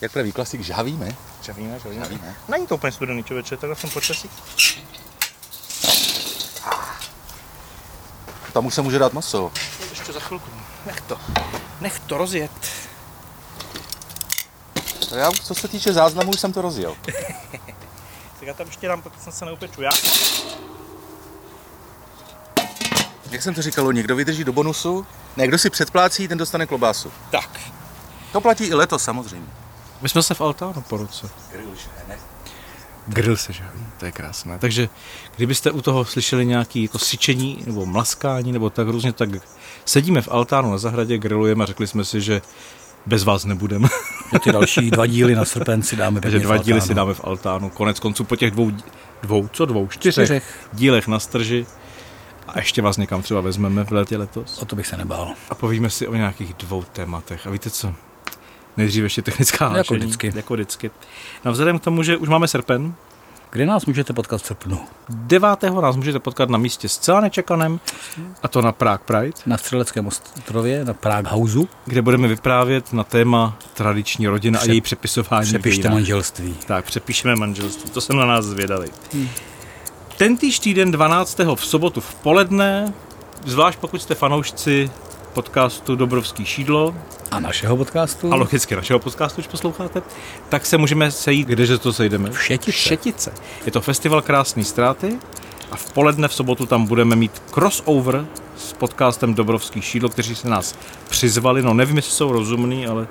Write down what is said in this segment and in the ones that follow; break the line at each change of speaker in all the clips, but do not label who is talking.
Jak pravý klasik, žhavíme?
Žavíme, žavíme.
Žavíme.
Není to úplně studený člověče, takhle v tom počasí.
Tam už se může dát maso.
Ještě za chvilku. Nech to. Nech to rozjet.
To Já, co se týče záznamu, už jsem to rozjel.
Tak já tam ještě dám, pokud jsem se neupeču já.
Jak jsem to říkal, někdo vydrží do bonusu, ne, kdo si předplácí, ten dostane klobásu.
Tak.
To platí i letos samozřejmě.
My jsme se v altánu po ruce. Grill se žádný, to je krásné. Takže kdybyste u toho slyšeli nějaké jako syčení nebo mlaskání nebo tak různě, tak sedíme v altánu na zahradě, grillujeme a řekli jsme si, že bez vás nebudeme.
A ty další dva díly na srpen si dáme
Takže
pěkně
dva
v
díly si
altánu.
dáme v altánu. Konec konců po těch dvou, dvou co dvou, čtyřech,
Čtyřech.
dílech na strži. A ještě vás někam třeba vezmeme v létě letos.
O to bych se nebál.
A povíme si o nějakých dvou tématech. A víte co? Nejdřív ještě technická
Jako
hlášení.
vždycky.
Jako vždycky. No vzhledem k tomu, že už máme srpen,
Kde nás můžete potkat v srpnu?
9. nás můžete potkat na místě zcela nečekaném, a to na Prague Pride,
Na Střeleckém ostrově, na Prague Houseu.
kde budeme vyprávět na téma tradiční rodina a
Přep-
její přepisování. v
Přepište
dějinách.
manželství.
Tak, přepíšeme manželství, to jsem na nás zvědavý. Tentýž týden 12. v sobotu v poledne, zvlášť pokud jste fanoušci podcastu Dobrovský šídlo
A našeho podcastu?
a logicky našeho podcastu už posloucháte, tak se můžeme sejít, kdeže to sejdeme?
V Šetice.
Šetice. Je to festival krásné ztráty a v poledne v sobotu tam budeme mít crossover s podcastem Dobrovský šídlo, kteří se nás přizvali, no nevím, jestli jsou rozumný, ale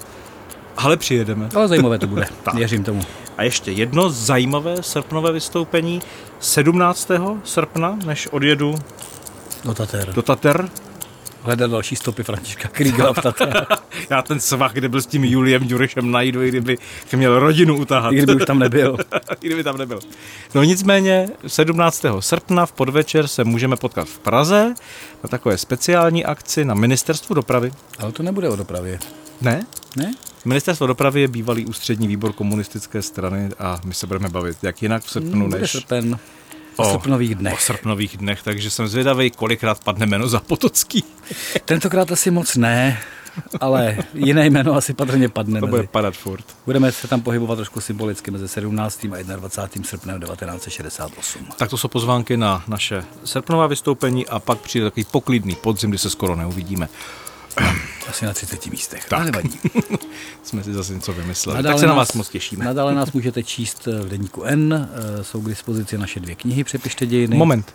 ale přijedeme.
Ale zajímavé to bude,
Tak.
věřím tomu.
A ještě jedno zajímavé srpnové vystoupení 17. srpna, než odjedu
Do Tater.
do Tater.
Hledat další stopy Františka Kriegela v Tater.
Já ten svah, kde byl s tím Juliem Ďurešem, najdu, i kdyby měl rodinu utahat.
I kdyby už tam nebyl.
I kdyby tam nebyl. No nicméně 17. srpna v podvečer se můžeme potkat v Praze na takové speciální akci na ministerstvu dopravy.
Ale to nebude o dopravě.
Ne?
Ne?
Ministerstvo dopravy je bývalý ústřední výbor komunistické strany a my se budeme bavit jak jinak v srpnu
Hmm, Bude
No než
srpen. O
O.
srpnových
o
dnech.
srpnových dnech, takže jsem zvědavý, kolikrát padne jméno za Potocký.
Tentokrát asi moc ne, ale jiné jméno asi patrně padne.
To
mezi-
bude padat furt.
Budeme se tam pohybovat trošku symbolicky mezi 17. a 21. srpnem 1968.
Tak to jsou pozvánky na naše srpnová vystoupení a pak přijde takový poklidný podzim, kdy se skoro neuvidíme.
Asi na 30 místech.
Tak.
Ale nevadí.
Jsme si zase něco vymysleli.
Nadále
Tak se na vás moc těšíme.
Nadále nás můžete číst eh, v deníku N. eh, Jsou k dispozici naše dvě knihy, Přepište dějiny.
Moment.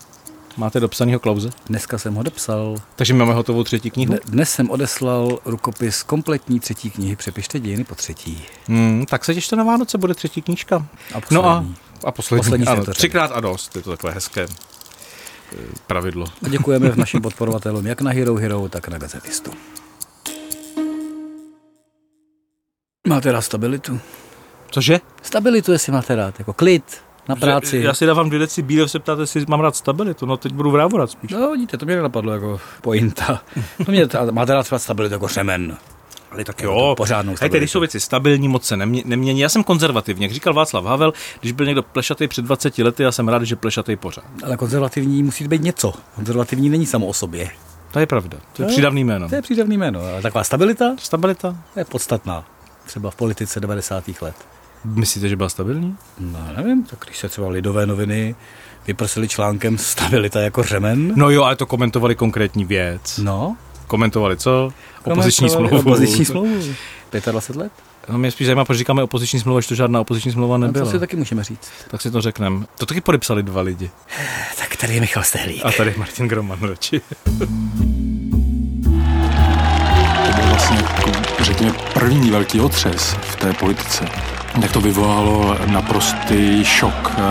Máte dopsanýho Klauze?
Dneska jsem ho dopsal.
Takže máme hotovou třetí knihu?
Dne- Dnes jsem odeslal rukopis kompletní třetí knihy Přepište dějiny po třetí.
Hmm, tak se těšte na Vánoce, bude třetí knížka.
A
No a,
poslední.
a poslední,
Poslední
ano,
světořadí.
třikrát a dost. Je to takové hezké eh, pravidlo.
A děkujeme našim podporovatelům jak na Hero Hero, tak na Gazetistu. Máte rád stabilitu?
Cože?
Stabilitu, jestli máte rád, jako klid na práci.
Já si dávám dvě deci bíle, se ptáte, jestli mám rád stabilitu. No teď budu vrávorat spíš.
No vidíte, to mě nenapadlo jako pointa. To mě t- máte rád třeba stabilitu jako řemen.
Ale tak
Jako
jo,
tu pořádnou
Hej,
stabilitu.
když jsou věci stabilní, moc se nemě- nemění. Já jsem konzervativní, jak říkal Václav Havel, když byl někdo plešatý před 20 lety, já jsem rád, že plešatý pořád.
Ale konzervativní musí být něco. Konzervativní není samo o sobě.
To je pravda, to je
No,
přídavný jméno.
To je přídavný jméno, ale taková stabilita
Stabilita?
to je podstatná. Třeba v politice 90. let.
Myslíte, že byla stabilní?
No nevím, tak když se třeba lidové noviny vyprsily článkem stabilita jako řemen.
No jo, ale to komentovali konkrétní věc.
No.
Komentovali co? Opoziční
komentovali
smlouvu.
Opoziční smlouvu. 25 let?
No mě spíš zajímá, proč říkáme opoziční smlouva, že to žádná opoziční smlouva
No,
nebyla.
to si
tak...
taky můžeme říct.
tak si to řekneme. To taky podepsali dva lidi.
Tak tady je Michal Stehlík.
A tady Martin Groman radši.
To byl vlastně, jako, řekněme, první velký otřes v té politice. Jak to vyvolalo naprostý šok, eh,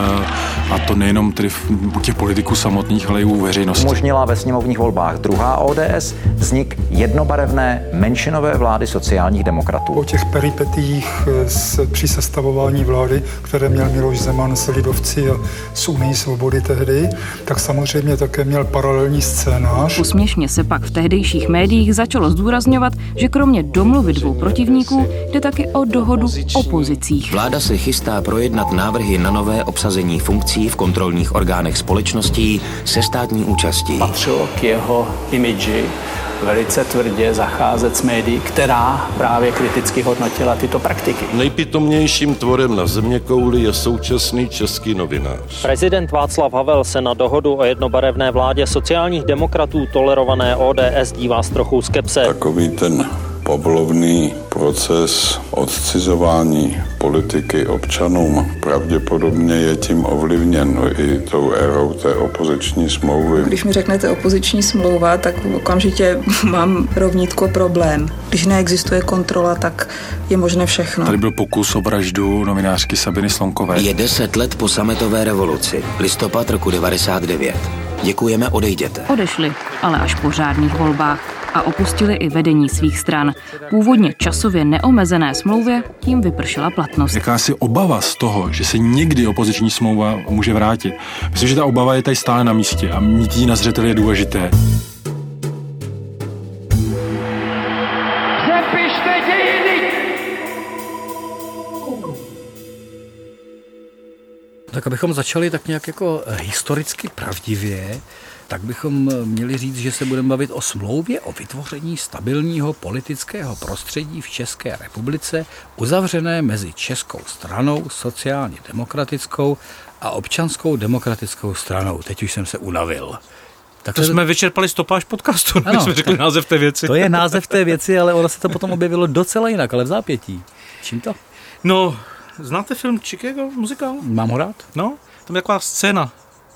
a to nejenom tedy v- u těch politiků samotných, ale i u veřejnosti.
umožnila ve sněmovních volbách druhá ODS vznik jednobarevné menšinové vlády sociálních demokratů.
Po těch peripetích eh, s, při sestavování vlády, které měl Miloš Zeman s lidovci a s Unii svobody tehdy, tak samozřejmě také měl paralelní scénář.
Úsměšně se pak v tehdejších médiích začalo zdůrazňovat, že kromě domluvy dvou protivníků jde také o dohodu opozicí. funkcích.
Vláda se chystá projednat návrhy na nové obsazení funkcí v kontrolních orgánech společností se státní účastí.
patřilo k jeho imidži velice tvrdě zacházet s médií, která právě kriticky hodnotila tyto praktiky.
Nejpitomnějším tvorem na země kouli je současný český novinář.
Prezident Václav Havel se na dohodu o jednobarevné vládě sociálních demokratů tolerované ODS dívá s trochou skepse.
Takový ten Pavlovný proces odcizování politiky občanům pravděpodobně je tím ovlivněn i tou érou té opoziční smlouvy.
Když mi řeknete opoziční smlouva, tak okamžitě mám rovnítko problém. Když neexistuje kontrola, tak je možné všechno.
Tady byl pokus o vraždu novinářky Sabiny Slonkové.
Je 10 let po sametové revoluci, listopad roku 99. Děkujeme, odejděte.
Odešli, ale až po řádných volbách a opustili i vedení svých stran. Původně časově neomezené smlouvě tím vypršela platnost.
Jakási obava z toho, že se někdy opoziční smlouva může vrátit. Myslím, že ta obava je tady stále na místě a mít ji na zřeteli je důležité.
Přepište dějiny!
Tak abychom začali tak nějak jako historicky pravdivě, tak bychom eh, měli říct, že se budeme bavit o smlouvě o vytvoření stabilního politického prostředí v České republice, uzavřené mezi Českou stranou, sociálně demokratickou a občanskou demokratickou stranou. Teď už jsem se unavil.
Tak to jsme vyčerpali stopáž podcastu, ano, jsme řekli název té věci.
To je název té věci, ale ono se to potom objevilo docela jinak, ale v zápětí. Čím to?
No, znáte film Chicago, muzikál?
Mám ho rád.
No, tam je taková scéna,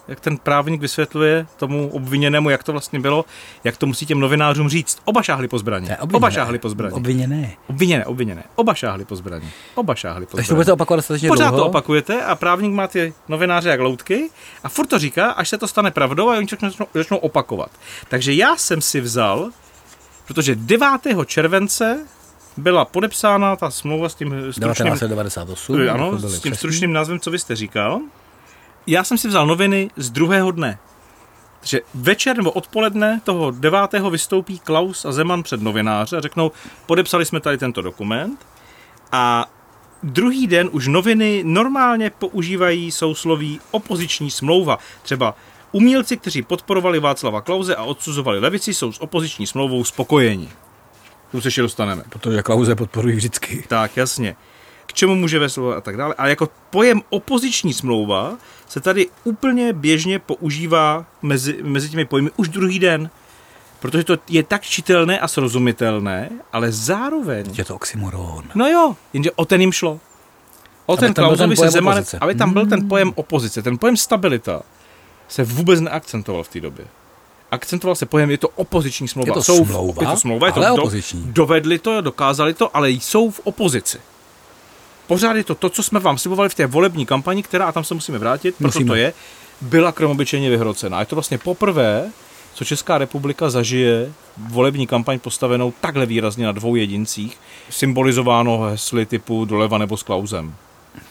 jak ten právník vysvětluje tomu obviněnému, jak to vlastně bylo, jak to musí těm novinářům říct. Oba šáhli po zbraně.
Ne, obviněné.
oba šáhli po zbraně.
Obviněné.
Obviněné, obviněné. Oba šáhli po zbraně. Oba šáhli po
Takže to
zbraně.
budete opakovat dostatečně
Pořád
dlouho.
to opakujete a právník má ty novináře jak loutky a furt to říká, až se to stane pravdou a oni to začnou, začnou opakovat. Takže já jsem si vzal, protože 9. července byla podepsána ta smlouva s tím eh, stručným
1998.
Eh, ano,
abychom
s
byli
tím
přesní.
stručným názvem, co vy jste říkal. Já jsem si vzal noviny z druhého dne. Takže večer nebo odpoledne toho 9. vystoupí Klaus a Zeman před novináře a řeknou, podepsali jsme tady tento dokument a druhý den už noviny normálně používají sousloví opoziční smlouva. Třeba umělci, kteří podporovali Václava Klauze a odsuzovali levici, jsou s opoziční smlouvou spokojeni. K tomu se ještě dostaneme.
Protože Klauze podporují jako vždycky.
Tak, jasně. K čemu může vést smlouva a tak dále. A jako pojem opoziční smlouva se tady úplně běžně používá mezi, mezi těmi pojmy už druhý den. Protože to je tak čitelné a srozumitelné, ale zároveň...
Je to oxymoron.
No jo, jenže o ten jim šlo. O
Aby
ten
tam byl ten
Klausovi se
pojem
Zeman,
opozice. Mm.
aby tam byl ten pojem opozice. Ten pojem stabilita se vůbec neakcentoval v té době. Akcentoval se pojem, je to opoziční smlouva.
Je to
Jsou v-
smlouva,
je to smlouva, je to
ale
do-
opoziční.
Dovedli to, dokázali to, ale jsou v opozici. Pořád je to to, co jsme vám slibovali v té volební kampani, která, a tam se musíme vrátit, proto
Musíme.
to je, byla kromobyčejně vyhrocená. Je to vlastně poprvé, co Česká republika zažije volební kampaň postavenou takhle výrazně na dvou jedincích, symbolizováno hesly typu doleva nebo s klauzem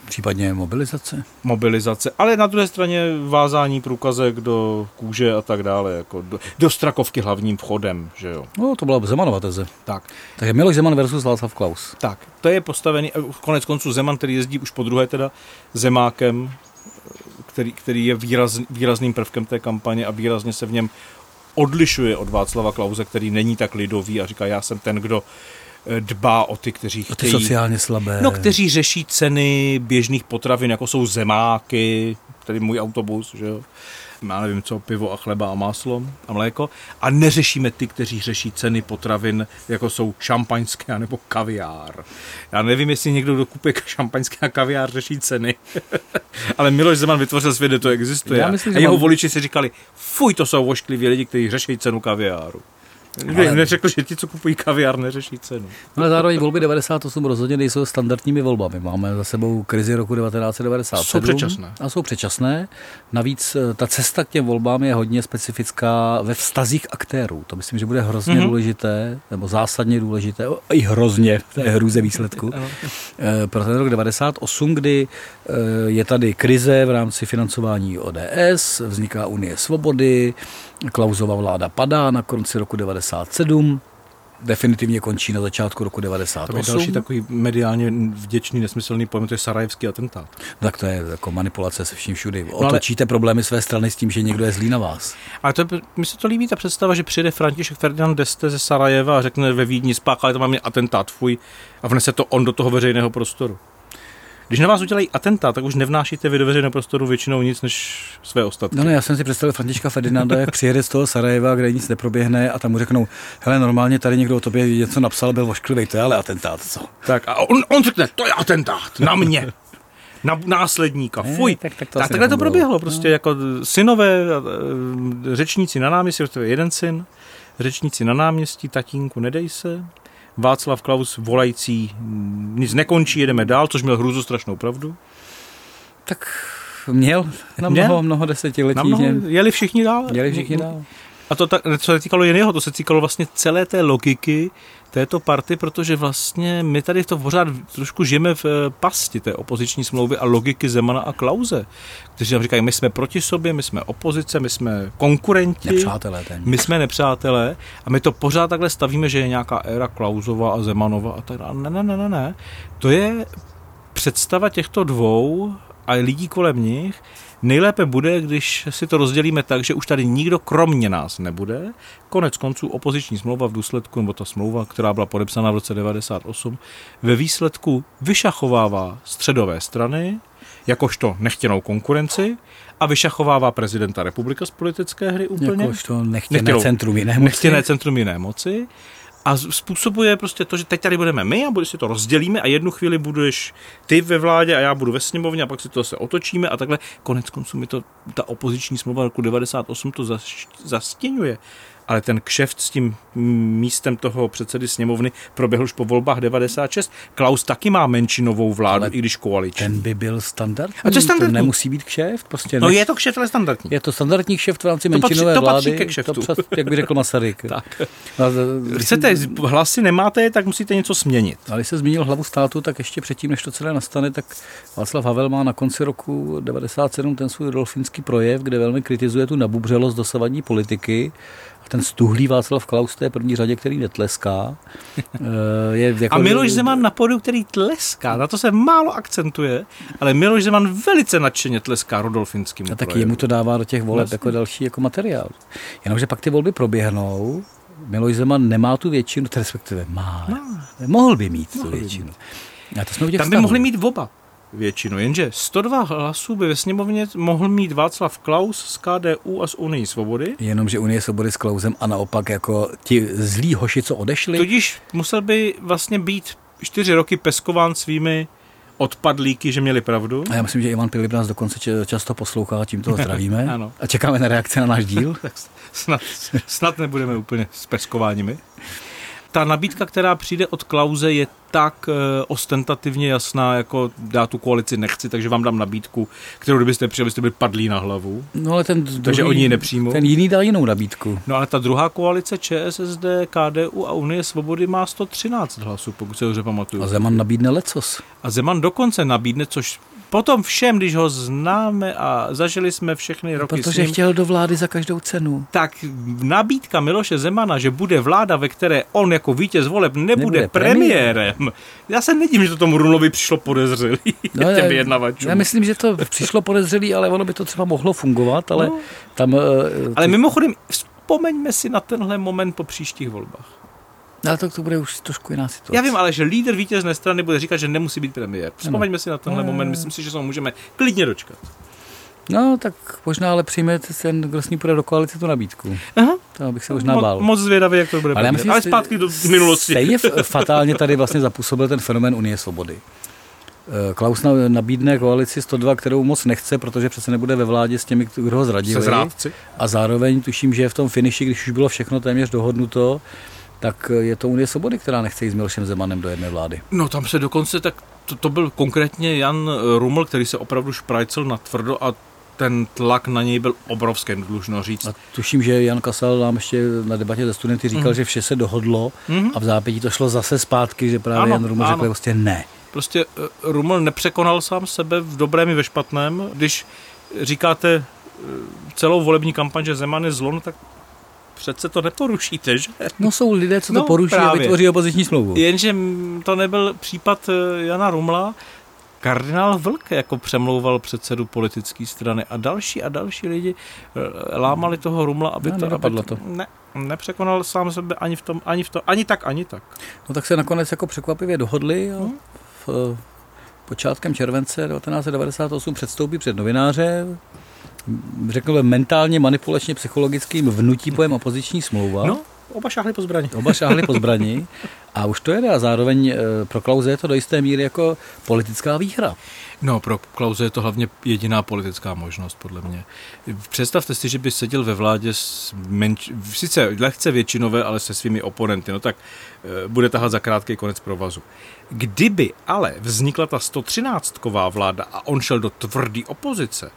Případně mobilizace.
mobilizace, ale na druhé straně vázání průkazek do kůže a tak dále, jako do, do strakovky hlavním vchodem, že jo.
No, to byla Zemanova teze.
Tak.
Takže Miloš Zeman versus Václav Klaus.
Tak, to je postavený, eh, konec konců Zeman, který jezdí už po druhé teda zemákem, eh, který, který je výraz, výrazným prvkem té kampaně a výrazně se v něm odlišuje od Václava Klauze, který není tak lidový a říká, já jsem ten, kdo eh, dbá o ty, kteří
To ty
chtějí...
sociálně slabé.
No, kteří řeší ceny běžných potravin, jako jsou zemáky, tedy můj autobus, že jo. Já nevím co, pivo a chleba a máslo a mléko. A neřešíme ty, kteří řeší ceny potravin, jako jsou šampaňské nebo kaviár. Já nevím, jestli někdo, kdo kupuje šampaňské a kaviár, řeší ceny. Ale Miloš Zeman vytvořil svět, kde to existuje.
Já myslím,
a
že
jeho
mám-
voliči si říkali, fuj, to jsou oškliví lidi, kteří řeší cenu kaviáru. Nikdo jim
Ale-
neřekl, že ti, co kupují kaviár, neřeší cenu.
No, ale zároveň volby 98 rozhodně nejsou standardními volbami. Máme za sebou krizi roku 1997.
Jsou předčasné.
A jsou předčasné. Navíc eh, ta cesta k těm volbám je hodně specifická ve vztazích aktérů. To myslím, že bude hrozně
Mhm.
mm-hmm. důležité, nebo zásadně důležité, o, i hrozně v té hruze výsledku. Eh, Pro ten rok 98, kdy eh, je tady krize v rámci financování ODS, vzniká Unie svobody, Klausova vláda padá na konci roku 97 definitivně končí na začátku roku 98.
Tam je další takový mediálně vděčný, nesmyslný pojem, to je sarajevský atentát.
Tak to je jako manipulace se vším všudy. Otočíte problémy své strany s tím, že někdo je zlý na vás.
Ale to, je- mi se to líbí, ta představa, že přijde František Ferdinand Deste ze Sarajeva a řekne ve Vídni, spáchali tam mě atentát, fuj, a vnese to on do toho veřejného prostoru. Když na vás udělají atentát, tak už nevnášíte vy do veřejného prostoru většinou nic než své ostatky.
No ne, já jsem si představil Františka Ferdinanda, jak přijede z toho Sarajeva, kde nic neproběhne a tam mu řeknou, hele, normálně tady někdo o tobě něco napsal, byl ošklivý, to je ale atentát, co?
Tak a on, on řekne, to je atentát na mě. Na následníka,
Ne,
fuj.
tak- tak to
tak
asi No.
takhle to
nebylo.
proběhlo, prostě jako synové, eh, řečníci na náměstí, respektive jeden syn, řečníci na náměstí, tatínku, nedej se, Václav Klaus volající, "Mm, nic nekončí, jedeme dál, což měl hruzu strašnou pravdu.
Tak měl na mnoho, mnoho desetiletí.
Na mnoho,
že-
jeli všichni dál.
Jeli všichni dál.
A to tak, co se týkalo jen jeho, to se týkalo vlastně celé té logiky této party, protože vlastně my tady to pořád trošku žijeme v eh, pasti té opoziční smlouvy a logiky Zemana a Klauze, kteří nám říkají, my jsme proti sobě, my jsme opozice, my jsme konkurenti.
Nepřátelé téměř.
My jsme nepřátelé a my to pořád takhle stavíme, že je nějaká éra Klausova a Zemanova a tak dále. Ne, ne, ne, ne, ne. To je představa těchto dvou a lidí kolem nich nejlépe bude, když si to rozdělíme tak, že už tady nikdo kromě nás nebude. Konec konců opoziční smlouva v důsledku, nebo ta smlouva, která byla podepsána v roce 98, ve výsledku vyšachovává středové strany, jakožto nechtěnou konkurenci, a vyšachovává prezidenta republika z politické hry úplně.
Jakožto nechtěné centrum jiné moci.
Nechtěné centrum jiné moci. A z- způsobuje prostě to, že teď tady budeme my a bude si to rozdělíme a jednu chvíli budeš ty ve vládě a já budu ve sněmovně a pak si to se otočíme a takhle. Konec konců mi to, ta opoziční smlouva roku 98 to zaš- zastěňuje. Ale ten kšeft s tím m- místem toho předsedy sněmovny proběhl už po volbách 96. Klaus taky má menšinovou vládu, i když koaliční. Ten
by byl standard.
A to je standardní.
To nemusí být kšeft, prostě.
No
ne-
je to kšeft, ale standardní.
Je to standardní kšeft v rámci
To patří-
menšinové
to patří
vlády.
ke kšeftu.
To přes, jak by řekl Masaryk. No,
tak.
A-
Chcete, hlasy nemáte je, tak musíte něco změnit.
Ale když se změnil hlavu státu, tak ještě předtím, než to celé nastane, tak Václav Havel má na konci roku 97 ten svůj dolfinský projev, kde velmi kritizuje tu nabubřelost dosavadní politiky. A ten stuhlý Václav Klaus, to je první řadě, který netleská. Eh, Je
A Miloš Zeman na pódiu, který tleská, na to se málo akcentuje, ale Miloš Zeman velice nadšeně tleská Rodolfinským.
A tak No jemu to dává do těch voleb
Vlastně.
jako další jako materiál. Jenomže pak ty volby proběhnou, Miloš Zeman nemá tu většinu, t- respektive má. má. Mohl by mít tu většinu. A to jsme u těch
Tam by
vztahů.
mohli mít oba většinu, jenže 102 hlasů by ve sněmovně mohl mít Václav Klaus z KDU a z Unii svobody.
Jenomže Unie svobody s Klausem a naopak jako ti zlí hoši, co odešli,
Tudíž musel by vlastně být čtyři roky peskován svými odpadlíky, že měli pravdu.
A já myslím, že Ivan Pilip nás dokonce če- často poslouchá, tím toho zdravíme.
Ano.
A čekáme na reakci na náš díl.
tak snad, snad nebudeme úplně s peskováními. Ta nabídka, která přijde od Klauze, je tak eh, ostentativně jasná, jako já tu koalici nechci, takže vám dám nabídku, kterou kdybyste přijeli, jste byli padlí na hlavu.
No ale ten druhý,
Takže oni ji nepřijmou?
Ten jiný dal jinou nabídku.
No ale ta druhá koalice ČSSD, KDU a Unie svobody má 113 hlasů, pokud se dobře pamatuju.
A Zeman nabídne lecos.
A Zeman dokonce nabídne, což potom všem, když ho známe a zažili jsme všechny roky s
Protože
ním,
chtěl do vlády za každou cenu.
tak nabídka Miloše Zemana, že bude vláda, ve které on jako vítěz voleb nebude,
Nebude premiérem.
premiérem. Já se nedím, že to tomu Runovi přišlo podezřelý no, těm vyjednavačům.
já myslím, že to přišlo podezřelý, ale ono by to třeba mohlo fungovat, ale
No.
tam... eh,
Ale
ty-
mimochodem, vzpomeňme si na tenhle moment po příštích volbách.
Ale no, to, to bude už trošku jiná situace.
Já vím ale, že lídr vítězné strany bude říkat, že nemusí být premiér. Vzpomeňme si na tenhle
Ne.
moment, myslím si, že se ho můžeme klidně dočkat.
No, tak možná ale přijme ten, kdo s ní půjde do koalice, tu nabídku.
Aha.
To bych se možná bál.
Mo- moc zvědavý, jak to bude.
Ale, já myslím,
ale
že
zpátky do
stej-
minulosti.
Stejně f- fatálně tady vlastně zapůsobil ten fenomén Unie svobody. Eh, Klaus na- nabídne koalici 102, kterou moc nechce, protože přece nebude ve vládě s těmi, kdo ho zradili.
Se zrádci.
A zároveň tuším, že je v tom finiši, když už bylo všechno téměř dohodnuto, tak eh, je to Unie svobody, která nechce jít s Milošem Zemanem do jedné vlády.
No tam se dokonce, tak to, to byl konkrétně Jan eh, Ruml, který se opravdu šprajcel na tvrdo a ten tlak na něj byl obrovský, dlužno říct.
Tuším, že Jan Kasal nám ještě na debatě ze studenty říkal,
Mhm.
že vše se dohodlo
Mhm.
a v zápětí to šlo zase zpátky, že právě
Ano,
Jan Ruml řekl
ano.
prostě ne.
Prostě eh, Ruml nepřekonal sám sebe v dobrém i ve špatném. Když říkáte eh, celou volební kampaň, že Zeman je zlo, no tak přece to neporušíte, že?
No jsou lidé, co to
No,
poruší
právě.
a vytvoří opoziční smlouvu.
Jenže mm, to nebyl případ eh, Jana Rumla. Kardinál Vlk jako přemlouval předsedu politické strany a další a další lidi eh, lámali toho Rumla, aby
No,
to...
nedopadlo
aby
to.
Ne, nepřekonal sám sebe ani v tom, ani v tom, ani tak, ani tak.
No tak se nakonec jako překvapivě dohodli a
Hmm.
v, eh, počátkem července 1998 předstoupí před novináře, m, řekl bych mentálně, manipulačně, psychologickým vnutí pojem opoziční smlouva.
No, oba šáhli po zbraní.
Oba šáhli po zbrani a už to jede a zároveň eh, pro Klauze je to do jisté míry jako politická výhra.
No, pro Klauze je to hlavně jediná politická možnost, podle mě. Představte si, že by seděl ve vládě s menč... sice lehce většinové, ale se svými oponenty, no tak eh, bude tahat za krátký konec provazu. Kdyby ale vznikla ta 113-ková vláda a on šel do tvrdý opozice,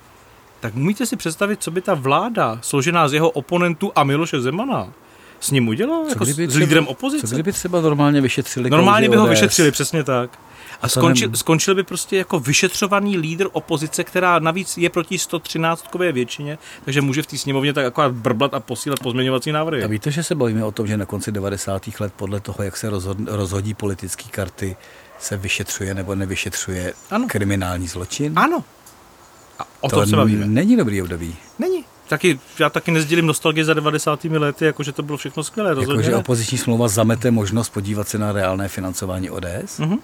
tak umíte si představit, co by ta vláda, složená z jeho oponentů a Miloše Zemana, s ním udělala? Jako s, s lídrem opozice?
Co kdyby třeba normálně vyšetřili
Normálně
Klauzi
by ho
Jako ODS?
vyšetřili, přesně tak. A
To
skončil,
nem-
skončil by prostě jako vyšetřovaný lídr opozice, která navíc je proti 113-kové většině, takže může v té sněmovně tak akorát brblat a posílat pozměňovací návrhy.
A víte, že se bavíme o tom, že na konci 90. let podle toho, jak se rozhod- rozhodí politické karty, se vyšetřuje nebo nevyšetřuje ano. kriminální zločin?
Ano. A o tom se bavíme.
Není dobrý období.
Není. Taky, já taky nezdělím nostalgii za 90. lety, jakože to bylo všechno skvělé. Rozhodně.
Jakože
ne.
Jako, opoziční smlouva zamete možnost podívat se na reálné financování ODS?
Mhm.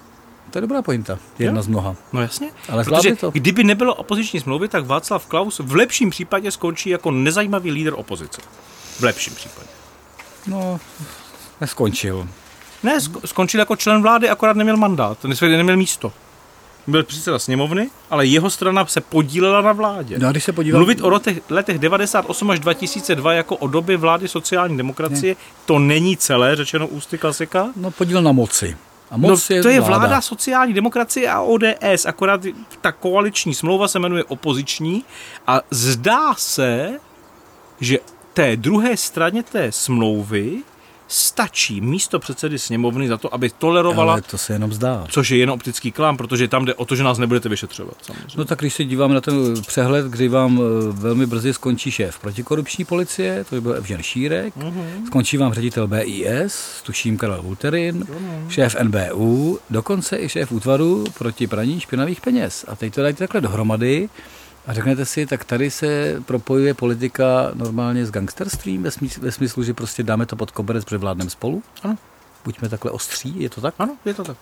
To je dobrá pointa. Jedna
Jo.
z mnoha.
No jasně.
Ale
Protože
zvládli to.
kdyby nebylo opoziční smlouvy, tak Václav Klaus v lepším případě skončí jako nezajímavý lídr opozice. V lepším případě.
No, neskončil.
Ne, sk- skončil jako člen vlády, akorát neměl mandát, nes- neměl místo. Byl předseda sněmovny, ale jeho strana se podílela na vládě.
No a když se podívám-
Mluvit o letech, letech 98 až 2002 jako o době vlády sociální demokracie, ne. to není celé, řečeno ústy klasika.
No podíl na moci. A moc
no,
je
to je
vláda.
vláda. sociální demokracie a ODS, akorát ta koaliční smlouva se jmenuje opoziční a zdá se, že té druhé straně té smlouvy stačí místo předsedy sněmovny za to, aby tolerovala,
Ale to se jenom zdá.
což je jen optický klám, protože tam jde o to, že nás nebudete vyšetřovat. Samozřejmě.
No tak když se dívám na ten přehled, kdy vám eh, velmi brzy skončí šéf protikorupční policie, to by byl Evžen Šírek,
Mhm.
skončí vám ředitel BIS, tuším Karel Vulterin,
Ano.
šéf NBU, dokonce i šéf útvaru proti praní špinavých peněz. A teď to dáte takhle dohromady a řeknete si, tak tady se propojuje politika normálně s gangsterstvím ve smyslu, ve smyslu že prostě dáme to pod koberec, protože vládneme spolu?
Ano.
Buďme takhle ostří, je to tak?
Ano, je to tak.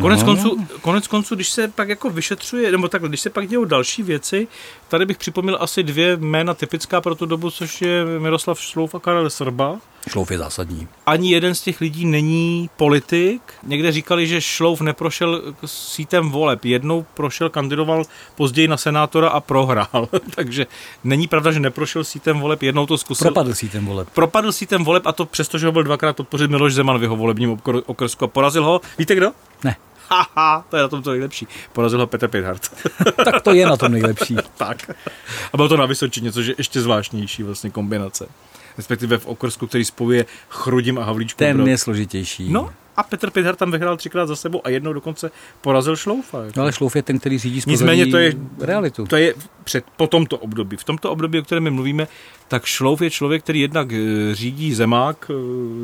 Konec,
No.
konců, konec konců, když se pak jako vyšetřuje, nebo takhle, když se pak dějou další věci, tady bych připomněl asi dvě jména typická pro tu dobu, což je Miroslav Šlouf a Karel Srba.
Šlouf je zásadní.
Ani jeden z těch lidí není politik. Někde říkali, že Šlouf neprošel k- sítem voleb. Jednou prošel, kandidoval později na senátora a prohrál. Takže není pravda, že neprošel sítem voleb. Jednou to zkusil.
Propadl si ten voleb.
Propadl si ten voleb a to přesto, že ho byl dvakrát podpořit Miloš Zeman v jeho volebním okr- okrsku a porazil ho. Víte kdo?
Ne.
Haha, to je na tom to nejlepší. Porazil ho Petr Pinhardt.
tak to je na tom nejlepší.
tak. A bylo to na Vysočině, což je ještě zvláštnější vlastně kombinace. Respektive v okrsku, který spojuje Chrudim a Havlíčkou.
Ten
Brod.
je složitější.
No a Petr Pinhardt tam vyhrál třikrát za sebou a jednou dokonce porazil Šloufa. Jako.
No ale Šlouf je ten, který řídí z
Nicméně to je,
realitu.
to je před, po tomto období. V tomto období, o kterém my mluvíme, tak Šlouf je člověk, který jednak eh, řídí Zemák, eh,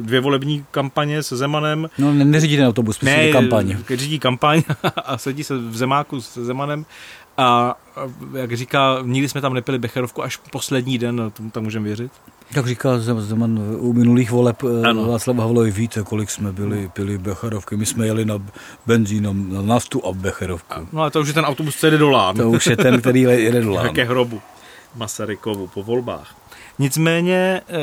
dvě volební kampaně se Zemanem.
No ne, neřídí ten autobus, prostě ne, kampaň.
eh, Řídí kampaň a sedí se v Zemáku se Zemanem a a jak říká, nikdy jsme tam nepili Becherovku až poslední den, tomu tam můžeme věřit.
Tak říkal Zem- Zeman u minulých voleb
Ano.
ano. Václav Havlovi, víte, kolik jsme byli, pili Becherovky. My jsme jeli na benzín, na- na naftu a Becherovku.
No ale to už je ten autobus, co jede do Lán.
To už je ten, který le- jede do Lán.
Ke hrobu Masarykovu po volbách. Nicméně eh,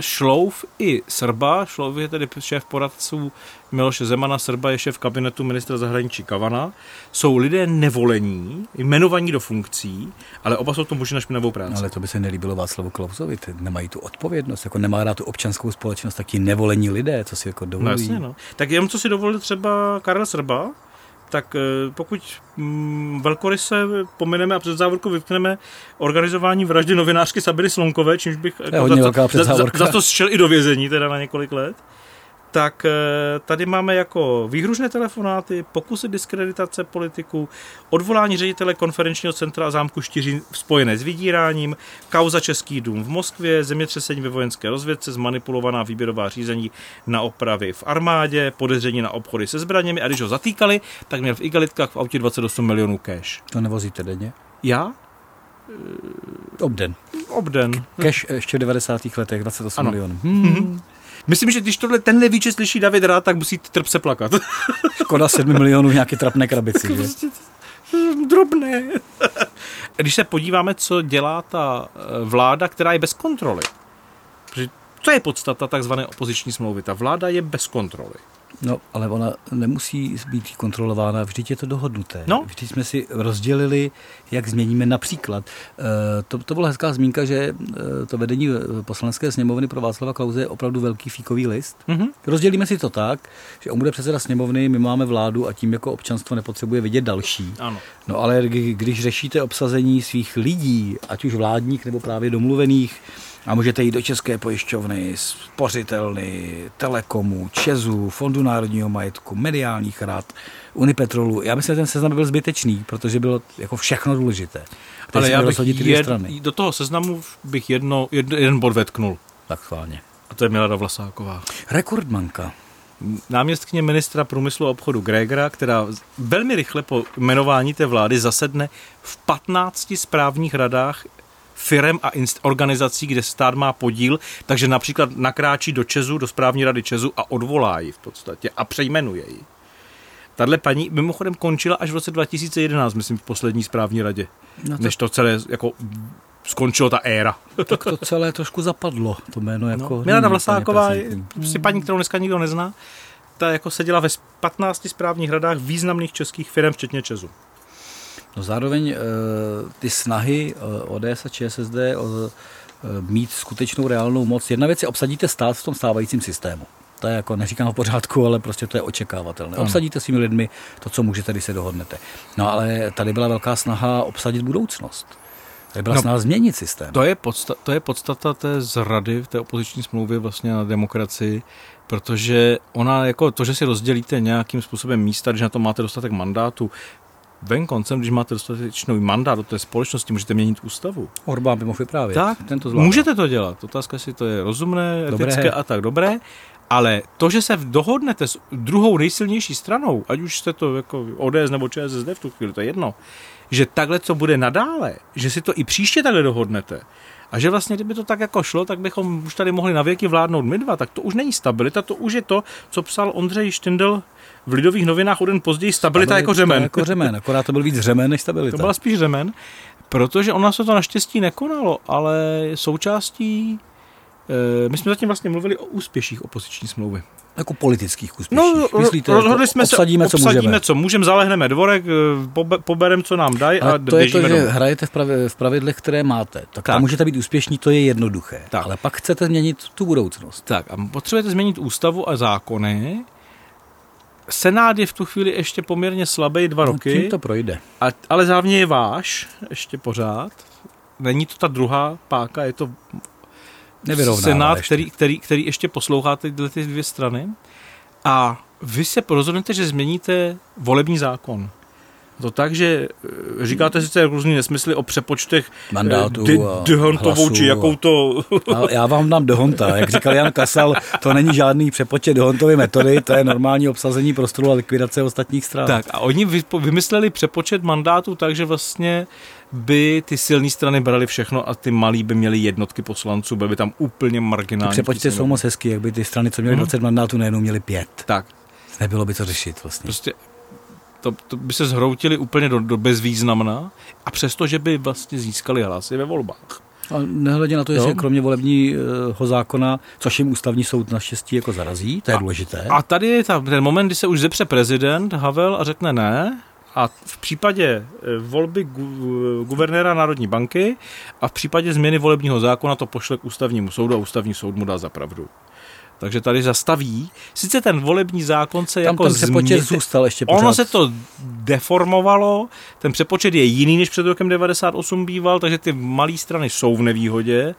Šlouf i Srba, Šlouf je tedy šéf poradců Miloše Zemana, Srba je šéf kabinetu ministra zahraničí Kavana, jsou lidé nevolení, jmenovaní do funkcí, ale oba jsou to muži na špinavou práci.
Ale to by se nelíbilo Václavu Klausovi, ty nemají tu odpovědnost, jako nemá rád tu občanskou společnost, tak ti nevolení lidé, co si jako dovolí.
No jasně, no. Tak jenom co si dovolil třeba Karel Srba, tak eh, pokud mm, velkoryse pomineme a před závorku vypneme organizování vraždy novinářky Sabiny Slonkové, čímž bych jako
hodně velká
za, za,
předzávorka.
za to šel i do vězení teda na několik let, tak eh, tady máme jako výhružné telefonáty, pokusy diskreditace politiků, odvolání ředitele konferenčního centra zámku Štiřín spojené s vydíráním, kauza Český dům v Moskvě, zemětřesení ve vojenské rozvědce, zmanipulovaná výběrová řízení na opravy v armádě, podezření na obchody se zbraněmi a když ho zatýkali, tak měl v igelitkách v autě 28 milionů cash.
To nevozíte denně?
Já?
Obden.
Obden.
Cash eh, ještě v 90. letech, 28
Ano.
milionů.
Mhm. Myslím, že když tohle tenhle výčet slyší David Rád, tak musí trp se plakat.
Škoda 7 milionů v nějaké trapné
Jako
krabici, že?
prostě- Drobné. Když se podíváme, co dělá ta eh, vláda, která je bez kontroly. Protože to je podstata takzvané opoziční smlouvy. Ta vláda je bez kontroly.
No, ale ona nemusí být kontrolována, vždyť je to dohodnuté.
No.
Vždy jsme si rozdělili, jak změníme například. eh, To, to byla hezká zmínka, že eh, to vedení eh, poslanecké sněmovny pro Václava Klauze je opravdu velký fíkový list.
Mhm.
Rozdělíme si to tak, že on bude předseda sněmovny, my máme vládu a tím jako občanstvo nepotřebuje vidět další.
Ano.
No ale kdy- když řešíte obsazení svých lidí, ať už vládních nebo právě domluvených, a můžete jít do České pojišťovny, spořitelny, telekomu, Česu, Fondu národního majetku, mediálních rad, Unipetrolu. Já myslím, že ten seznam byl zbytečný, protože bylo jako všechno důležité. Teď
Ale
se
já
měly
bych
rozhodit ty dvě
jed,
strany.
do toho seznamu bych jedno, jed, jeden bod vetknul.
Tak schválně.
A to je Milada Vlasáková.
Rekordmanka.
Náměstkyně ministra průmyslu a obchodu Gregera, která z- velmi rychle po jmenování té vlády zasedne v 15 správních radách firem a inst- organizací, kde stát má podíl, takže například nakráčí do Česu, do správní rady Česu a odvolá ji v podstatě a přejmenuje ji. Tahle paní mimochodem končila až v roce 2011, myslím, v poslední správní radě, no
No to-
to... než to celé jako skončilo ta éra.
Tak to celé trošku zapadlo, to jméno jako...
No,
není
Milada
úplně
Vlasáková je
prezentní.
si paní, kterou dneska nikdo nezná, ta jako seděla ve 15 správních radách významných českých firm, včetně Česu.
No zároveň eh, ty snahy eh, ODS a ČSSD o, eh, mít skutečnou reálnou moc. Jedna věc je, obsadíte stát v tom stávajícím systému. To je jako, neříkám v pořádku, ale prostě to je očekávatelné.
Ano.
Obsadíte svými lidmi to, co můžete, když se dohodnete. No ale tady byla velká snaha obsadit budoucnost. Tady byla
No,
snaha změnit systém.
To je, podsta- to je podstata té zrady v té opoziční smlouvě vlastně na demokracii, protože ona jako to, že si rozdělíte nějakým způsobem místa, když na to máte dostatek mandátu, ven koncem, když máte dostatečný mandát do té společnosti, můžete měnit ústavu.
Orbán by mohl vyprávět.
Tak,
Ten to zvládá.
můžete to dělat. Otázka, jestli to je rozumné,
Dobré.
etické a tak dobré. Ale to, že se dohodnete s druhou nejsilnější stranou, ať už jste to jako ODS nebo ČSSD v tu chvíli, to je jedno, že takhle to bude nadále, že si to i příště takhle dohodnete, a že vlastně, kdyby to tak jako šlo, tak bychom už tady mohli na věky vládnout my dva, tak to už není stabilita, to už je to, co psal Ondřej Štindel v Lidových novinách o den později, stabilita, jako řemen.
Jako řemen, akorát to byl víc řemen než stabilita.
To byla spíš řemen, protože ona se to naštěstí nekonalo, ale součástí eh, my jsme zatím vlastně mluvili o úspěších opoziční smlouvy.
Jako politických úspěších.
No,
Myslíte,
rozhodli
jako
jsme se,
obsadíme, co
obsadíme,
můžeme.
co můžeme, zalehneme dvorek, eh, pobe- pobereme, co nám dají a
Ale to je
běžíme
to, že
domů.
hrajete v, pravi, v pravidlech, které máte. Tak, tak.
Tak.
můžete být úspěšní, to je jednoduché. Tak. Ale pak chcete změnit tu budoucnost.
Tak a potřebujete změnit ústavu a zákony. Senát je v tu chvíli ještě poměrně slabý dva roky.
No, Tím to projde.
A, ale zároveň je váš, ještě pořád. Není to ta druhá páka, je to
Nevyrovnává
senát,
ještě.
Který, který, který ještě poslouchá tyhle ty dvě strany. A vy se rozhodnete, že změníte volební zákon. To tak, že eh, říkáte sice různý nesmysly o přepočtech eh,
Mandátů
dy-
a
dyhantovou,
hlasů
či
a-
jakou to...
A já vám dám dohonta. Jak říkal Jan Kasal, to není žádný přepočet dohontovy metody, to je normální obsazení prostoru a likvidace ostatních stran.
Tak a oni vypo- vymysleli přepočet mandátů tak, že vlastně by ty silné strany brali všechno a ty malí by měli jednotky poslanců, byly by tam úplně
Ty
marginální.
přepočty jsou moc hezký, jak by ty strany, co měly
Mhm.
20 mandátů, najednou měly 5.
Tak.
Nebylo by to řešit vlastně.
Prostě to, to by se zhroutili úplně do, do bezvýznamna a přesto, že by vlastně získali hlasy ve volbách.
A nehledě na to,
Jo.
jestli kromě volebního zákona, což jim ústavní soud naštěstí jako zarazí, to je důležité.
A tady je ta, ten moment, kdy se už zepře prezident Havel a řekne ne. A v případě eh, volby gu- e, guvernéra Národní banky a v případě změny volebního zákona to pošle k ústavnímu soudu a ústavní soud mu dá za pravdu. Takže tady zastaví. Sice ten volební zákon se
Tam
jako
ten přepočet
změnil-
zůstal ještě
Ono
Prostě pořád.
se to deformovalo, ten přepočet je jiný, než před rokem 98 býval, takže ty malé strany jsou v nevýhodě,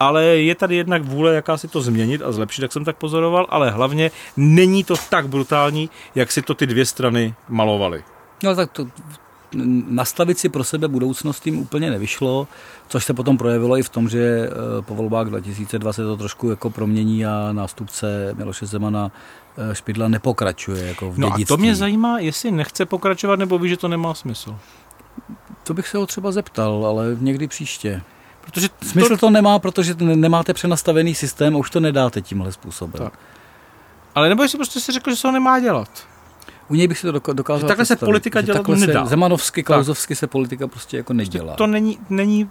ale je tady jednak vůle, jaká si to změnit a zlepšit, jak jsem tak pozoroval, ale hlavně není to tak brutální, jak si to ty dvě strany malovaly.
No tak to nastavit si pro sebe budoucnost tím úplně nevyšlo, což se potom projevilo i v tom, že eh, po volbách 2020 to trošku jako promění a nástupce Miloše Zemana eh, Špidla nepokračuje jako v
No a
dědictví.
to mě zajímá, jestli nechce pokračovat, nebo ví, že to nemá smysl.
To bych se ho třeba zeptal, ale někdy příště.
Protože
Smysl to nemá, protože ne- nemáte přenastavený systém a už to nedáte tímhle způsobem.
Tak. Ale nebo jestli prostě si řekl, že se ho nemá dělat.
U něj bych si to doka- dokázal
Že takhle se
představit,
politika
že
dělat
takhle
nedá.
Se, zemanovsky,
Tak.
klauzovsky se politika prostě jako nedělá.
To není, není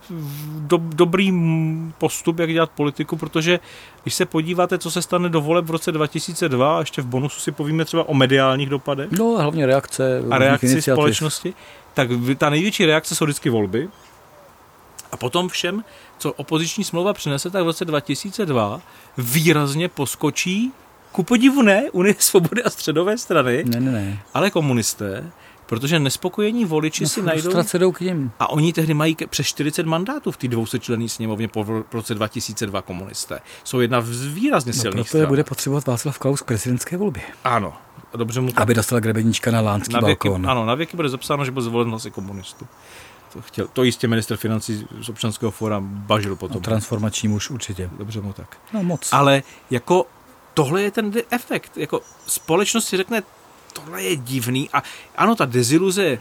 do, dobrý mm, postup, jak dělat politiku, protože když se podíváte, co se stane do voleb v roce 2002, a ještě v bonusu si povíme třeba o mediálních dopadech
No a hlavně reakce
a
různých
reakci
iniciativ.
společnosti, tak vy- ta největší reakce jsou vždycky volby. A potom všem, co opoziční smlouva přinese, tak v roce 2002 výrazně poskočí, ku podivu ne, Unie svobody a středové strany,
Ne, ne, ne.
ale komunisté, protože nespokojení voliči si najdou...
Frustrace jdou k ním.
A oni tehdy mají ke- přes 40 mandátů v té 200 členní sněmovně po v roce 2002 komunisté. Jsou jedna z výrazně
No,
silných
proto je
stran.
bude potřebovat Václav Klaus k prezidentské volbě.
Ano. Dobře mu to...
Aby dostal grebeníčka na lánský
na věky,
balkon.
Ano, na věky bude zapsáno, že byl zvolen hlasy komunistů. To, chtěl, to jistě minister financí z občanského fóra bažil potom.
No, transformační muž určitě.
Dobře mu tak.
No moc.
Ale jako tohle je ten de- efekt. Jako společnost si řekne, tohle je divný. A ano, ta deziluze eh,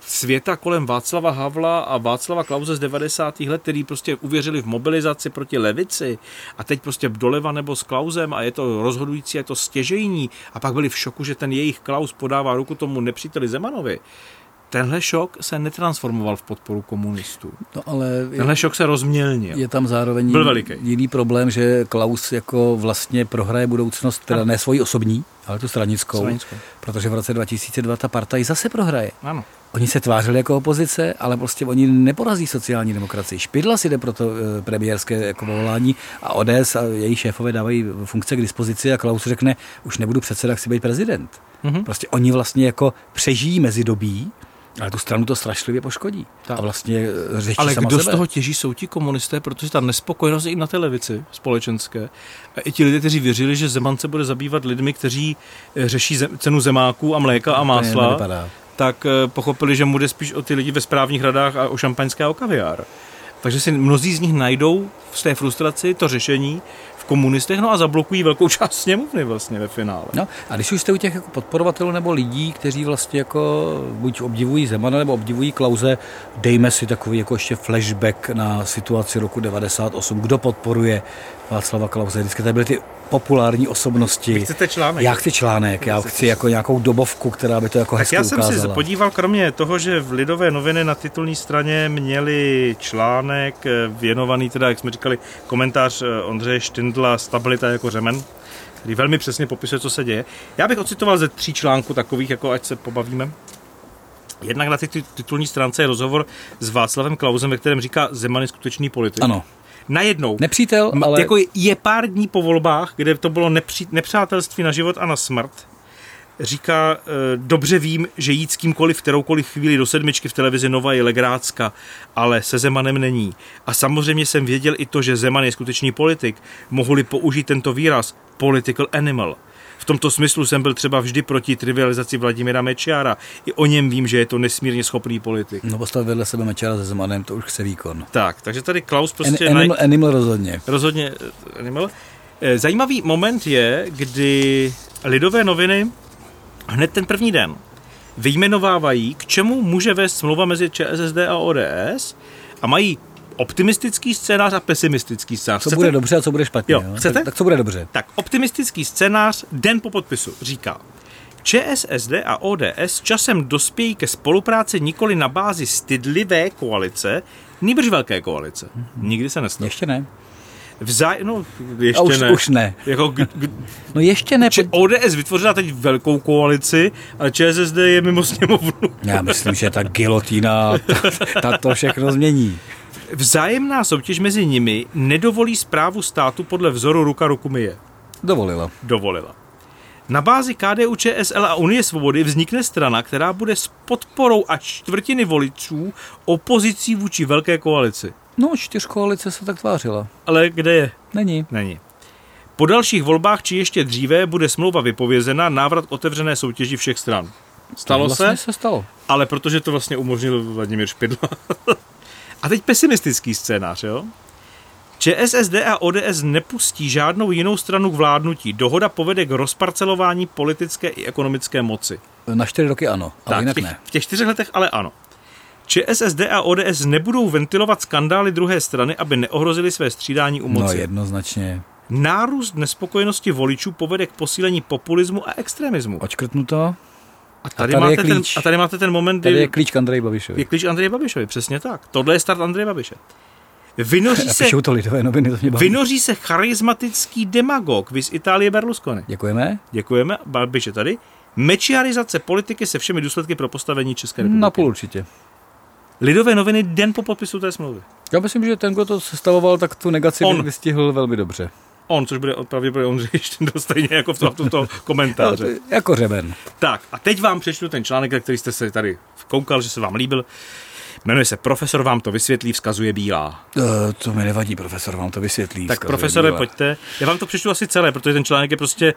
světa kolem Václava Havla a Václava Klauze z 90. let, který prostě uvěřili v mobilizaci proti levici a teď prostě doleva nebo s Klausem a je to rozhodující, je to stěžejní a pak byli v šoku, že ten jejich Klaus podává ruku tomu nepříteli Zemanovi. Tenhle šok se netransformoval v podporu komunistů.
No, ale
Tenhle šok se rozmělnil.
Je tam zároveň
Byl veliký.
jiný problém, že Klaus jako vlastně prohraje budoucnost, teda
Ano.
ne svoji osobní, ale tu stranickou,
Stranickou.
protože v roce 2002 ta parta ji zase prohraje.
Ano.
Oni se tvářili jako opozice, ale prostě oni neporazí sociální demokracii. Špidla si jde pro to eh, premiérské jako volání a ODS a její šéfové dávají funkce k dispozici a Klaus řekne, už nebudu předseda, chci být prezident.
Mhm.
Prostě oni vlastně jako přežijí mezidobí, ale tu stranu to strašlivě poškodí. Tak. A vlastně eh, řeší
Ale
sama
kdo
sebe.
z toho těží, jsou ti komunisté, protože ta nespokojenost je i na té levici společenské. A i ti lidé, kteří věřili, že Zeman se bude zabývat lidmi, kteří eh, řeší zem, cenu zemáků a mléka a másla,
nevypadá.
tak eh, pochopili, že mu jde spíš o ty lidi ve správních radách a o šampaňské a o kaviár. Takže si mnozí z nich najdou v té frustraci to řešení v komunistech, no a zablokují velkou část sněmovny vlastně ve finále.
No, a když už jste u těch jako podporovatelů nebo lidí, kteří vlastně jako buď obdivují Zemana nebo obdivují Klauze, dejme si takový jako ještě flashback na situaci roku 98. Kdo podporuje Václava Klauze? Vždycky tady byly ty populární osobnosti.
Vy chcete článek?
No, Já chci článek, já chci jako nějakou dobovku, která by to jako
Tak
hezky
já jsem si
ukázala.
podíval, kromě toho, že v Lidové noviny na titulní straně měli článek eh, věnovaný, teda, jak jsme říkali, komentář eh, Ondřeje Štindla Stabilita jako řemen, který velmi přesně popisuje, co se děje. Já bych ocitoval ze tří článků takových, jako ať se pobavíme. Jednak na té tit- titulní stránce je rozhovor s Václavem Klausem, ve kterém říká Zeman je skutečný politik.
Ano.
Najednou.
Nepřítel,
M-
ale
Jako je- je pár dní po volbách, kde to bylo nepří, nepřátelství na život a na smrt, říká, eh, dobře vím, že jít s kýmkoliv v kteroukoliv chvíli do sedmičky v televizi Nova je legrácka, ale se Zemanem není. A samozřejmě jsem věděl i to, že Zeman je skutečný politik. Mohli použít tento výraz political animal. V tomto smyslu jsem byl třeba vždy proti trivializaci Vladimira Mečiára. I o něm vím, že je to nesmírně schopný politik.
No postavit vedle sebe Mečera se Zemanem, to už chce výkon.
Tak, takže tady Klaus prostě...
An- animal,
naj-
animal rozhodně.
Rozhodně eh, animal. Eh, Zajímavý moment je, kdy lidové noviny hned ten první den vyjmenovávají, k čemu může vést smlouva mezi ČSSD a ODS a mají optimistický scénář a pesimistický scénář.
Co bude dobře a co bude špatně.
Jo, chcete?
Tak, tak co bude dobře?
Tak optimistický scénář den po podpisu říká. ČSSD a ODS časem dospějí ke spolupráci nikoli na bázi stydlivé koalice, nýbrž velké koalice. Nikdy se nestalo.
Mhm. Ještě ne.
Vzá... No, ještě
A už-
ne.
už ne.
Jako, k- k-
No ještě ne.
či ODS vytvořila teď velkou koalici a ČSSD je mimo sněmovnu.
Já myslím, že ta gilotína, ta, ta to všechno změní.
Vzájemná soutěž mezi nimi nedovolí zprávu státu podle vzoru ruka ruku myje.
Dovolila.
Dovolila. Na bázi KDU, ČSL a Unie svobody vznikne strana, která bude s podporou až čtvrtiny voličů opozicí vůči velké koalici.
No, čtyřkoalice se tak tvářila.
Ale kde je?
Není.
Není. Po dalších volbách či ještě dříve bude smlouva vypovězena, návrat k otevřené soutěži všech stran. Stalo
To vlastně
se?
se stalo.
Ale protože to vlastně umožnil Vladimír Špidla. a teď pesimistický scénář, jo? ČSSD a ODS nepustí žádnou jinou stranu k vládnutí. Dohoda povede k rozparcelování politické i ekonomické moci.
Na čtyři roky ano, ale
Tak,
jinak
v těch,
ne.
V těch čtyřech letech ale ano. ČSSD a ODS nebudou ventilovat skandály druhé strany, aby neohrozili své střídání u
No
moci.
jednoznačně.
Nárůst nespokojenosti voličů povede k posílení populismu a extremismu.
Očkrtnuto.
A
tady
tady,
je
máte ten,
klíč.
a tady máte ten moment,
Tady
kdy
je klíč k Andreji Babišovi.
je klíč Andreje Babišovi, přesně tak. Tohle je start Andreje Babiše. Vynoří
A
se,
píšou to lidové noviny, to mě baví.
vynoří se charismatický demagog, vy z Itálie Berlusconi.
Děkujeme.
Děkujeme, Babiš je tady. Mečiarizace politiky se všemi důsledky pro postavení České republiky.
Napůl určitě.
Lidové noviny den po podpisu té smlouvy.
Já myslím, že ten, kdo to sestavoval, tak tu negaci
On.
On. vystihl velmi dobře.
On, což bude pravděpodobně Ondřej Štěndl, stejně jako v tom- v tomto komentáři.
No, to- jako řeben.
Tak a teď vám přečtu ten článek, na který jste se tady koukal, že se vám líbil. Jmenuje se Profesor vám to vysvětlí, vzkazuje Bílá.
E, to mi nevadí, profesor vám to vysvětlí.
Tak
vzkazuje
profesore,
Bílá.
pojďte. Já vám to přečtu asi celé, protože ten článek je prostě...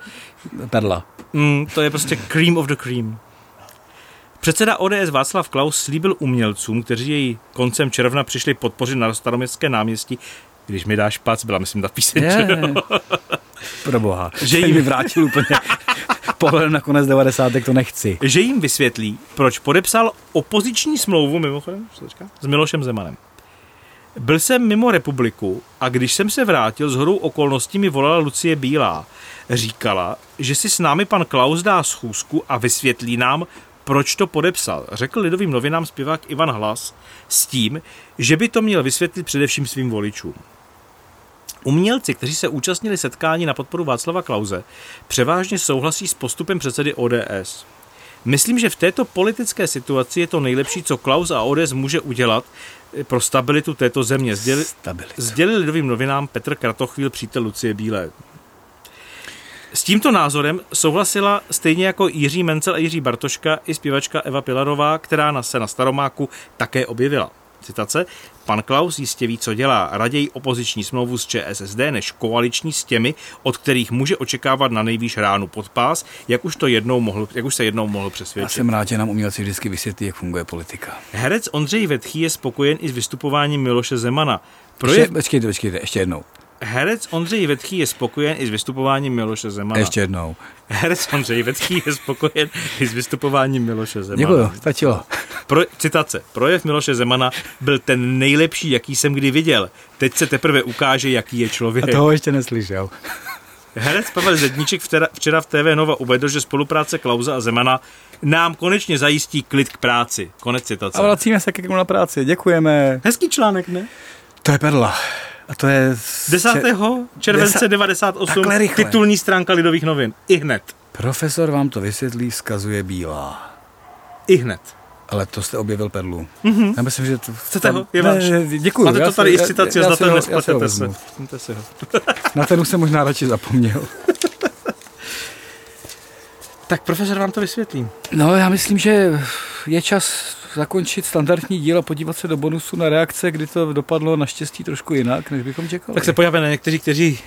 Perla.
Mm, to je prostě cream of the cream. Předseda ODS Václav Klaus slíbil umělcům, kteří jej koncem června přišli podpořit na staroměstské náměstí, když mi dáš pac, byla myslím ta píseň,
Je.
že jo?
Pro boha.
Že
Že
jim-
jim... mi vrátil úplně pohled na konec 90. to nechci.
že jim vysvětlí, proč podepsal opoziční smlouvu, mimochodem, složka, s Milošem Zemanem. Byl jsem mimo republiku a když jsem se vrátil, s horou okolností mi volala Lucie Bílá. Říkala, že si s námi pan Klaus dá schůzku a vysvětlí nám, proč to podepsal. Řekl lidovým novinám zpěvák Ivan Hlas s tím, že by to měl vysvětlit především svým voličům. Umělci, kteří se účastnili setkání na podporu Václava Klauze, převážně souhlasí s postupem předsedy ODS. Myslím, že v této politické situaci je to nejlepší, co Klaus a ODS může udělat eh, pro stabilitu této země. Sdělil, sdělil lidovým novinám Petr Kratochvíl, přítel Lucie Bílé. S tímto názorem souhlasila stejně jako Jiří Mencel a Jiří Bartoška i zpěvačka Eva Pilarová, která na- se na Staromáku také objevila. Citace. Pan Klaus jistě ví, co dělá. Raději opoziční smlouvu s ČSSD než koaliční s těmi, od kterých může očekávat na nejvýš ránu pod pás, jak už, to jednou mohl, jak už se jednou mohl přesvědčit.
Já jsem rád, že nám umělci vždycky vysvětlí, jak funguje politika.
Herec Ondřej Vetchý je spokojen i s vystupováním Miloše Zemana.
Projev...
Projev...
Ještě, počkejte, počkejte, ještě jednou.
Herec Ondřej Vetchý je spokojen i s vystupováním Miloše Zemana.
Ještě jednou.
Herec Ondřej Vetchý je spokojen i s vystupováním Miloše Zemana.
Děkuju, stačilo.
Pro, citace. Projev Miloše Zemana byl ten nejlepší, jaký jsem kdy viděl. Teď se teprve ukáže, jaký je člověk.
A toho ještě neslyšel.
Herec Pavel Zedníček vtera, včera v TV Nova uvedl, že spolupráce Klauza a Zemana nám konečně zajistí klid k práci. Konec citace.
A vracíme se ke na práci. Děkujeme.
Hezký článek, ne?
To je perla. A to je... z-
10. července
Desa-
98
Takhle rychle.
titulní stránka Lidových novin. I hned.
Profesor vám to vysvětlí, vzkazuje Bílá.
I hned.
Ale to jste objevil perlu.
Mhm.
Já myslím, že to...
Chcete ho? Je
Ne,
váš.
ne, Děkuju.
Máte
já
to
si-
tady i
já-
s citací,
já
zda
si ho-
ten
já si ho
nespletete se.
vezmu.
Vemte si ho.
Na ten už jsem možná radši zapomněl.
Tak profesor vám to vysvětlí.
No, já myslím, že je čas zakončit standardní díl a podívat se do bonusu na reakce, kdy to dopadlo naštěstí trošku jinak, než bychom čekali.
Tak se pojďme na někteří, kteří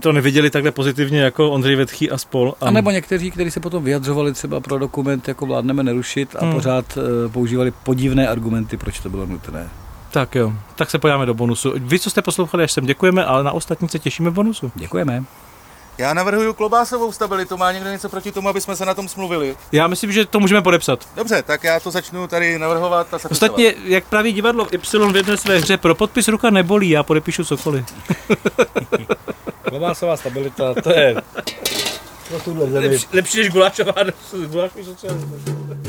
to neviděli takhle pozitivně jako Ondřej Vetchý a spol.
a nebo někteří, kteří se potom vyjadřovali třeba pro dokument, jako vládneme nerušit a
Hmm.
pořád eh, používali podivné argumenty, proč to bylo nutné.
Tak jo, tak se pojáme do bonusu. Vy, co jste poslouchali až sem, děkujeme, ale na ostatní se těšíme v bonusu.
Děkujeme.
Já navrhuju klobásovou stabilitu. Má někdo něco proti tomu, aby jsme se na tom smluvili?
Já myslím, že to můžeme podepsat.
Dobře, tak já to začnu tady navrhovat a zapisovat.
Ostatně, jak praví divadlo Y v jedné své hře, pro podpis ruka nebolí, já podepíšu cokoliv.
Klobásová stabilita, to je...
Lepší, lepší než gulášová, gulášová sociální.